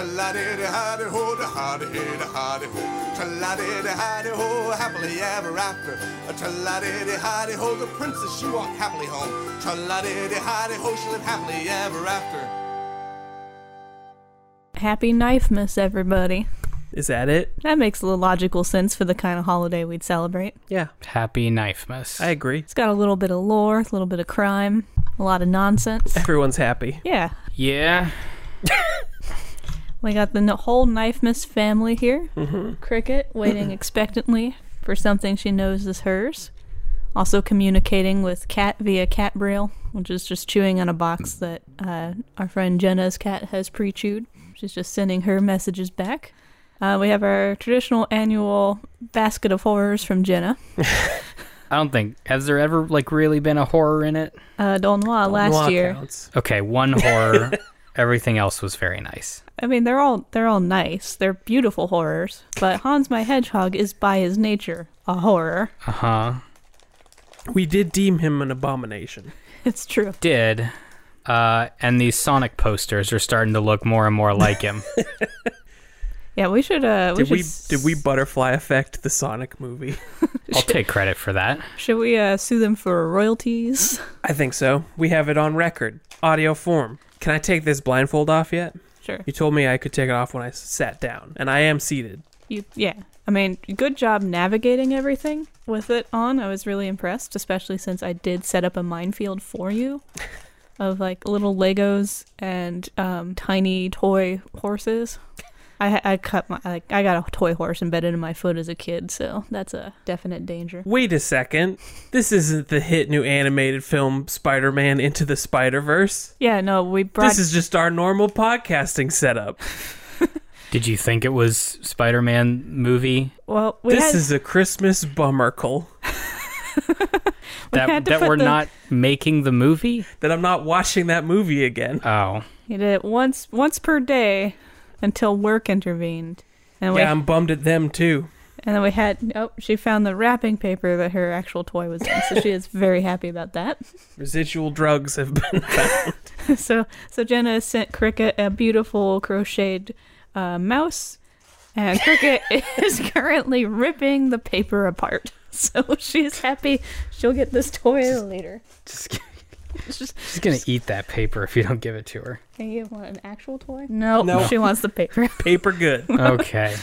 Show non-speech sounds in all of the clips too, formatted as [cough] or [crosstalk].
Tra-la-di-di-hi-di-ho, da-ha-di-hi-di-hi-di-ho. Tra-la-di-di-hi-di-ho, happily ever after. Tra-la-di-di-hi-di-ho, the princess, she walked happily home. Tra-la-di-di-hi-di-ho, she lived happily ever after. Happy Knife Miss, everybody. Is that it? That makes a little logical sense for the kind of holiday we'd celebrate. Yeah, Happy Knife Miss. I agree. It's got a little bit of lore, a little bit of crime, a lot of [laughs] nonsense. Everyone's happy. Yeah, yeah. we got the n- whole Knife Miss family here. Cricket waiting expectantly for something she knows is hers. Also communicating with Cat via cat braille, which is just chewing on a box that uh, our friend Jenna's cat has pre chewed. She's just sending her messages back. Uh, we have our traditional annual basket of horrors from Jenna. I don't think has there ever like really been a horror in it. Uh, Don Noir last Noir year. counts. [laughs] Okay, one horror. Everything else was very nice. I mean, they're all they're all nice. They're beautiful horrors, but Hans my Hedgehog is by his nature a horror. [laughs] Uh huh. We did deem him an abomination. It's true. Did. Uh, and these Sonic posters are starting to look more and more [laughs] like him. Yeah, we should. Uh, we Did should, we did we butterfly affect the Sonic movie? [laughs] I'll take credit for that. Should we uh, sue them for royalties? [laughs] I think so. We have it on record, audio form. Can I take this blindfold off yet? Sure. You told me I could take it off when I s- sat down, and I am seated. You, yeah. I mean, good job navigating everything with it on. I was really impressed, especially since I did set up a minefield for [laughs] you of like little Legos and um, tiny toy horses. I, ha- I cut my like I got a toy horse embedded in my foot as a kid, so that's a definite danger. Wait a second. This isn't the hit new animated film Spider Man Into the Spider Verse. Yeah, no, we brought This is just our normal podcasting setup. Did you think it was Spider-Man movie? well we this had, is a Christmas bummercle That had to that put we're the- not making the movie? that I'm not watching that movie again. Oh. we did it once once per day until work intervened. And we Yeah, I'm bummed at them too. And then we had, oh, she found the wrapping paper that her actual toy was in. So she [laughs] is very happy about that. [laughs] Residual drugs have been. [laughs] so, so Jenna sent Cricket a beautiful crocheted uh, mouse, and [laughs] Cricket is currently ripping the paper apart. [laughs] So she's happy she'll get this toy later. [laughs] Just, she's gonna eat that paper if you don't give it to [laughs] her. Can you want an actual toy? No, No. she wants the [laughs] paper. Paper good. Okay.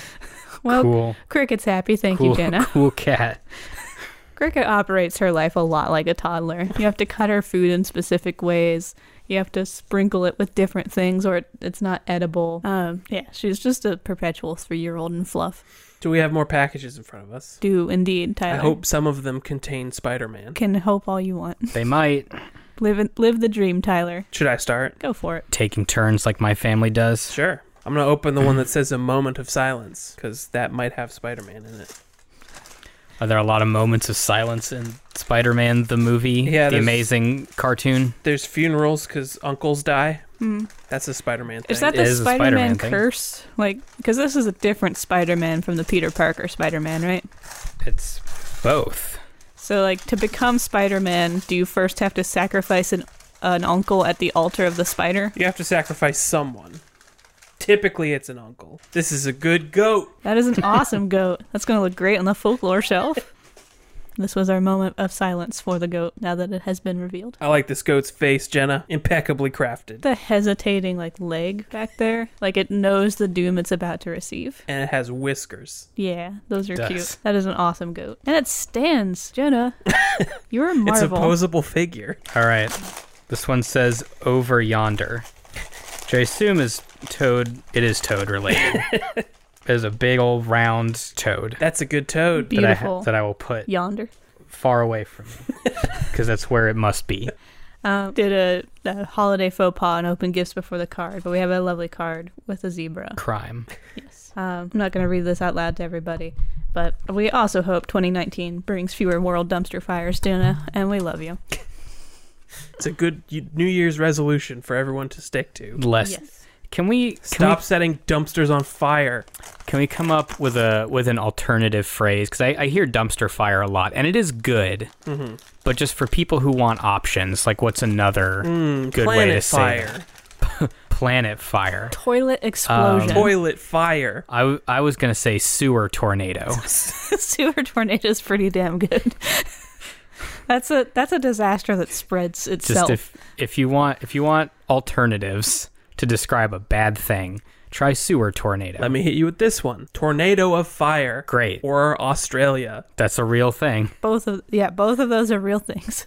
Well, cool. Cricket's happy. Thank Cool. you, [laughs] Jenna. Cool cat. Cricket operates her life a lot like a toddler. You have to cut her food in specific ways. You have to sprinkle it with different things, or it- it's not edible. Um, yeah, she's just a perpetual three-year-old in fluff. Do we have more packages in front of us? Do indeed, I Tyler. hope some of them contain Spider Man. Can hope all you want. They might. Live in, live the dream, Tyler. Should I start? Go for it. Taking turns like my family does. Sure. I'm going to open the one that says a moment of silence because that might have Spider Man in it. Are there a lot of moments of silence in Spider Man, the movie? Yeah, The there's- amazing cartoon? There's funerals because uncles die. That's a Spider Man thing. Mm-hmm. Is that It the is a Spider-Man, Spider-Man thing. curse? Like, because this is a different Spider-Man from the Peter Parker Spider-Man, right? It's both. So, like, to become Spider-Man, do you first have to sacrifice an an uncle at the altar of the spider? you have to sacrifice someone. Typically, it's an uncle. This is a good goat. That is [laughs] an awesome goat. That's going to look great on the folklore shelf. This was our moment of silence for the goat now that it has been revealed. I like this goat's face, Jenna. Impeccably crafted. The hesitating like leg back there, like it knows the doom it's about to receive. And it has whiskers. Yeah, those are Does. cute. That is an awesome goat. And it stands, [laughs] Jenna. You're a It's a marvel. posable figure. All right. This one says over yonder. Which I assume is toad. It is [laughs] toad related. it is a big old round toad That's a good toad. that I, Beautiful. ha- that I will put Yonder. far away from me because that's where it must be. Um, did a, a holiday faux pas and open gifts before the card, but we have a lovely card with a zebra. Crime. Um, I'm not going to read this out loud to everybody, but we also hope 2019 brings fewer world dumpster fires, Dana, and we love you. It's a good y- New Year's resolution for everyone to stick to. Less. Can we can Stop We, setting dumpsters on fire. can we come up with a with an alternative phrase? Because I, I hear dumpster fire a lot, and it is good. Mm-hmm. But just for people who want options, like what's another good way Mm, Planet to say fire. it? planet fire. Toilet Um, explosion. Toilet fire. I, w- I was going to say [laughs] sewer tornado. [laughs] Sewer tornado is pretty damn good. [laughs] that's a that's a disaster that spreads itself. Just if, if you want if you want alternatives to describe a bad thing, try sewer tornado. Let me hit you with this one. Tornado of fire. Great. Or Australia. That's a real thing. both of yeah, both of those are real things.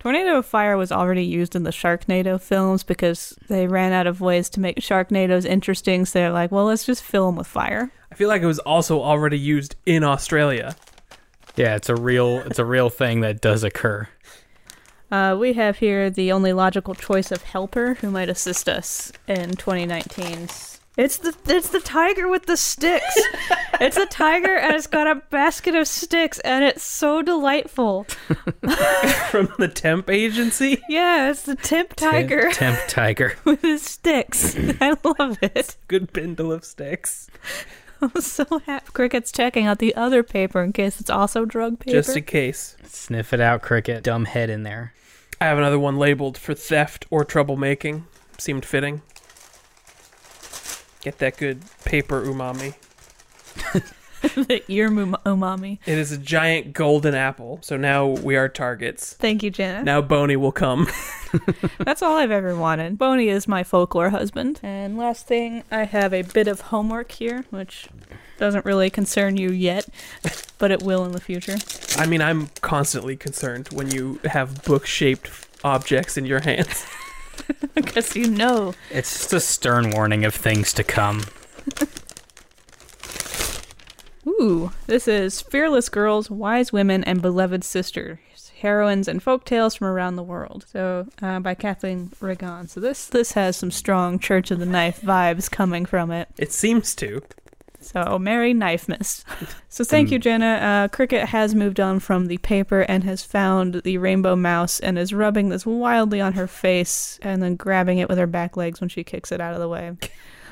Tornado of fire was already used in the Sharknado films because they ran out of ways to make Sharknados interesting, so they're like, well, let's just fill them with fire. I feel like it was also already used in Australia. [laughs] Yeah, it's a real it's a real thing that does occur. Uh, we have here the only logical choice of helper who might assist us in 2019's. It's the it's the tiger with the sticks. it's a tiger and it's got a basket of sticks and it's so delightful. From the temp agency. Yeah, it's the temp tiger [laughs] Temp, temp tiger. with his sticks. I love it. [laughs] Good bindle of sticks. I'm so happy. Cricket's checking out the other paper in case it's also drug paper. Just in case. Sniff it out, cricket. Dumb head in there. I have another one labeled for theft or troublemaking. Seemed fitting. Get that good paper umami. [laughs] the ear mum- umami. It is a giant golden apple, so now we are targets. Thank you, Janet. Now Boney will come. [laughs] That's all I've ever wanted. Boney is my folklore husband. And last thing, I have a bit of homework here, which doesn't really concern you yet, but it will in the future. [laughs] I mean, I'm constantly concerned when you have book shaped objects in your [laughs] hands. Because you know. It's just a stern warning of things to come. Ooh, this is Fearless Girls, Wise Women, and Beloved Sisters. Heroines and folktales from around the world. So, uh, by Kathleen Regan. So this this has some strong Church of the Knife vibes coming from it. It seems to. So, Merry Knife Miss. So, thank you, Jenna. Uh, Cricket has moved on from the paper and has found the rainbow mouse and is rubbing this wildly on her face and then grabbing it with her back legs when she kicks it out of the way.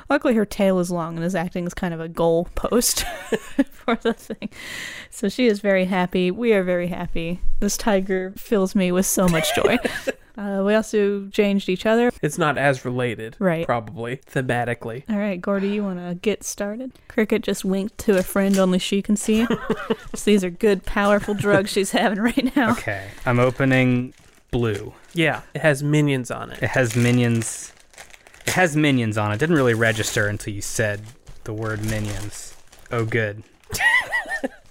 Luckily, her tail is long and is acting as kind of a goal post [laughs] for the thing. So, she is very happy. We are very happy. This tiger fills me with so much joy. uh, we also changed each other. It's not as related, Right. probably, thematically. All right, Gordy, you want to get started? Cricket just winked to a friend only she can [laughs] see. so these are good, powerful drugs she's having right now. Okay. I'm opening blue. Yeah, it has minions on it. It has minions. It has minions on it. Didn't really register until you said the word minions. Oh, good.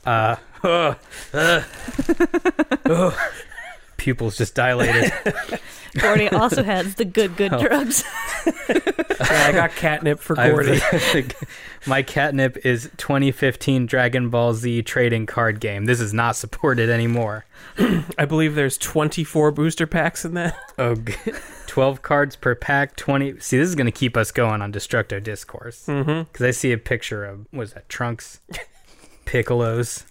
uh, ugh, ugh, ugh. [laughs] Pupils just dilated. Gordy also has the good, good Oh. drugs. [laughs] Yeah, I got catnip [laughs] for [laughs] I've- Gordy. my catnip is 2015 Dragon Ball Z trading card game. This is not supported anymore. I believe there's 24 booster packs in that. Oh, [laughs] good. 12 cards per pack. 20. See, this is going to keep us going on Destructo Discourse. Mm-hmm. Because I see a picture of, what is that, Trunks? Piccolos.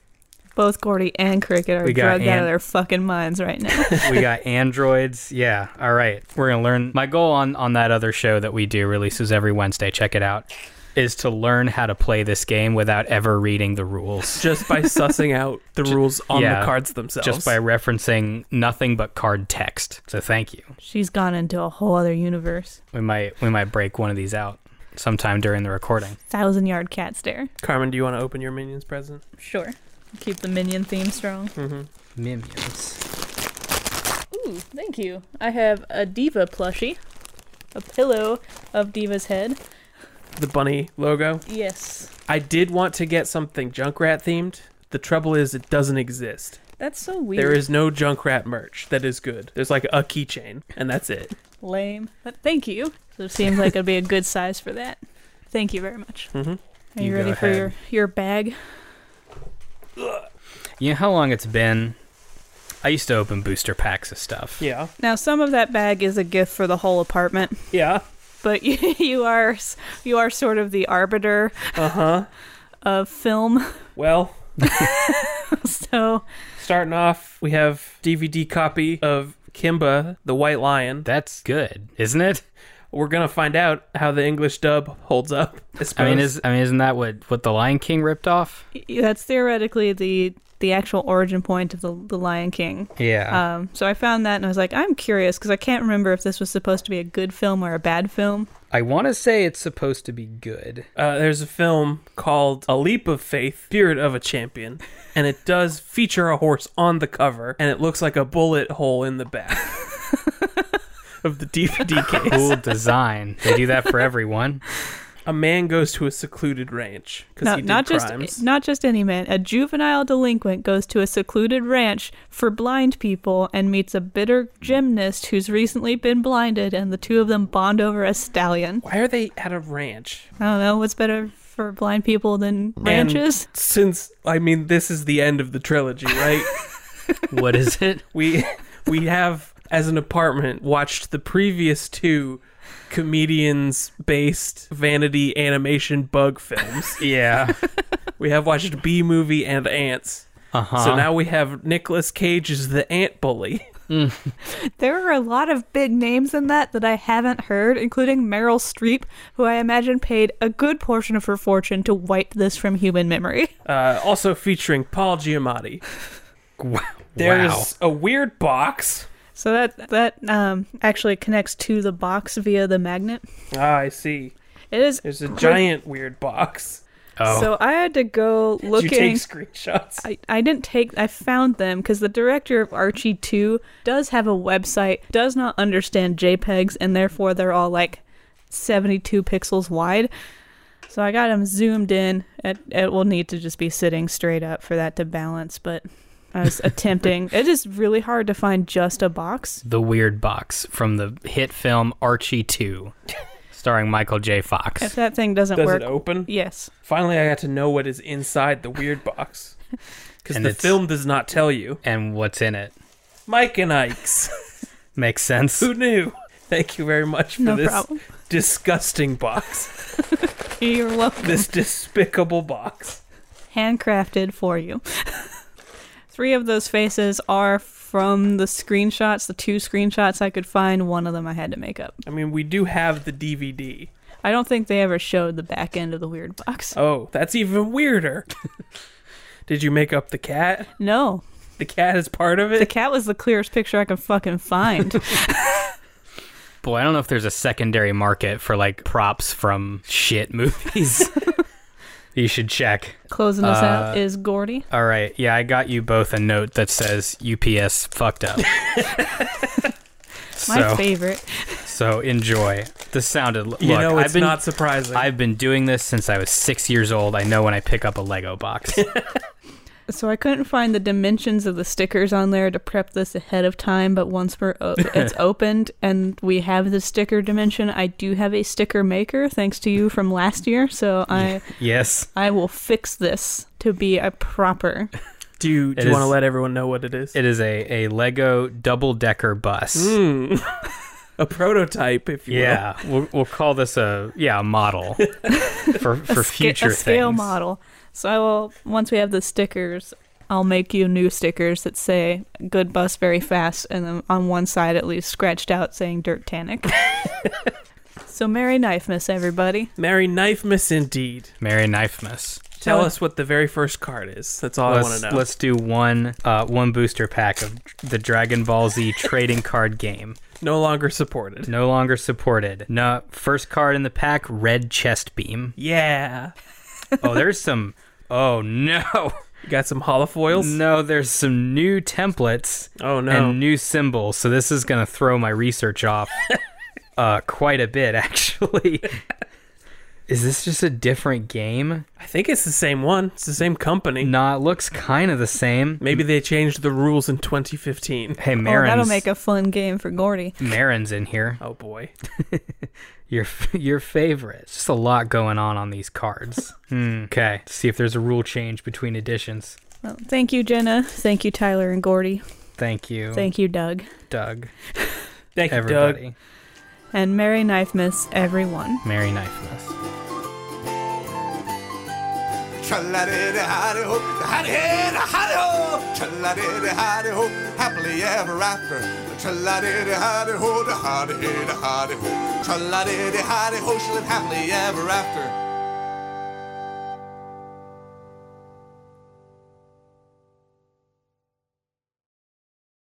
Both Gordy and Cricket are We got drugged out of Ant. their fucking minds right [laughs] now. we got androids yeah all right we're gonna learn my goal on on that other show that we do releases every wednesday check it out is to learn how to play this game without ever reading the [laughs] rules [laughs] Just by sussing out the rules on the yeah, cards themselves. just by referencing nothing but card text so thank you She's gone into a whole other universe. we might we might break one of these out sometime during the recording Thousand yard cat stare. Carmen, do you want to open your minions present? Sure. Keep the minion theme strong. minions Ooh, thank you. I have a diva plushie, a pillow of Diva's head. The bunny logo. Yes. I did want to get something Junkrat themed. The trouble is, it doesn't exist. That's so weird. There is no Junkrat merch that is good. There's like a keychain, and that's it. Lame. But thank you. So it seems like it'd be a good size for that. Thank you very much. Mhm. Are you, You go ready for ahead. your, your bag? you know how long it's been i used to open booster packs of stuff Yeah. Now, some of that bag is a gift for the whole apartment, Yeah. but [laughs] you, you are s- you are sort of the arbiter Uh Uh-huh. huh. of film. [laughs] Well, So starting off, we have DVD copy of Kimba the White Lion. that's good isn't it We're gonna find out how the English dub holds up. i mean suppose. is i mean isn't that what what the lion king ripped off y- that's theoretically the the actual origin point of the, the Lion King. Yeah. Um, so I found that and I was like, I'm curious because I can't remember if this was supposed to be a good film or a bad film. I want to say it's supposed to be good. Uh, there's a film called A Leap of Faith, Spirit of [laughs] a Champion, and it does feature a horse on the cover, and it looks like a bullet hole in [laughs] the back of the DVD case. [laughs] Cool design. They do that for everyone. A man goes to a secluded ranch because No, he did not just crimes. not just any man. A juvenile delinquent goes to a secluded ranch for blind people and meets a bitter gymnast who's recently been blinded, and the two of them bond over a stallion. Why are they at a ranch? I don't know what's better for blind people than And ranches. [laughs] since I mean, this is the end of the trilogy, right? What is it? we we have as an apartment watched the previous two comedians based vanity animation bug films. [laughs] Yeah. we have watched B movie and ants. Uh huh. So now we have Nicolas Cage as the ant bully. [laughs] There are a lot of big names in that that I haven't heard, including Meryl Streep, who I imagine paid a good portion of her fortune to wipe this from human memory. [laughs] Uh, also featuring Paul Giamatti. wow. There's Wow. a weird box. So that that um, actually connects to the box via the magnet. Ah, I see. It is There's a giant weird box. Oh. So I had to go Did you looking. take screenshots? I, I didn't take. I found them because the director of Archie 2 does have a website, does not understand JPEGs, and therefore they're all like 72 pixels wide. So I got them zoomed in. It, it will need to just be sitting straight up for that to balance, but I [laughs] was attempting. It is really hard to find just a box. the weird box from the hit film Archie [laughs] 2, starring Michael J. If Fox. that thing doesn't Does work. it open? Yes. Finally, I got to know what is inside the weird [laughs] box. Because And the it's- film does not tell you. And what's in it? Mike [laughs] and Ike's. Makes sense. Who knew? Thank you very much for No this problem. disgusting box. You're welcome. this [laughs] despicable box. handcrafted for you. [laughs] Three of those faces are from the screenshots, the two screenshots I could find. One of them I had to make up. I mean, we do have the DVD. I don't think they ever showed the back end of the weird box. Oh, that's even [laughs] weirder. Did you make up the cat? No, The cat is part of the it? cat was the clearest picture I could fucking [laughs] find. Boy, I don't know if there's a secondary market for like props from [laughs] shit movies. you should check. Closing us out Uh, is Gordy. All right. Yeah, I got you both a note that says UPS fucked up. My so, favorite. so enjoy. This sounded. Look, you know, it's I've been, not surprising. I've been doing this since I was six years old. I know when I pick up a [laughs] Lego box. So I couldn't find the dimensions of the stickers on there to prep this ahead of time, but once we're [laughs] o- it's opened and we have the sticker dimension, I do have a sticker maker thanks to you from last year, so I yes. I will fix this to be a proper. do you, It do you want to is- let everyone know what it is? It is a, a Lego double decker bus. Mm. A prototype, if you will. Yeah, we'll, we'll call this a yeah [laughs] a model for for a sca- future a scale things. model. So I will once we have the stickers, I'll make you new stickers that say "Good Bus Very Fast" and then on one side at least scratched out saying "Dirt [laughs] Tannic." so Merry Knife Miss everybody. Mary Knife Miss, indeed. Mary Knifemas. Tell Tell- us what the very first card is. That's all I want Let's, to know. let's do one uh, one booster pack of the Dragon Ball Z [laughs] trading card game. No longer supported. No longer supported. No first card in the pack, red [laughs] chest beam. Yeah. Oh, there's some. Oh no, You got some holofoils? no, there's some new templates. Oh, no. and new symbols. So this is gonna throw my research [laughs] off uh, quite a bit, actually. is this just a different game? I think it's the same one. It's the same company. Nah, it looks kind of the same. Maybe they changed the rules in 2015. Hey, Oh, Marin's, that'll make a fun game for Gordy. Marin's in here. Oh boy. Your [laughs] your favorite. Just a lot going on on these [laughs] cards. hmm. Okay, see if there's a rule change between editions. Well, thank you, Jenna. Thank you, Tyler and Gordy. Thank you, Thank you, Doug. Doug. Thank you, Doug. Everybody, And Merry Knife Miss everyone. Merry Knifemas. Tra-la-di-di-hi-di-ho, hi-di-hi-di-hi-di-ho. Tra-la-di-di-hi-di-ho, happily ever after. Tra-la-di-di-hi-di-ho, da-hi-di-hi-di-hi-di-ho. Tra-la-di-di-hi-di-ho, she lived happily ever after.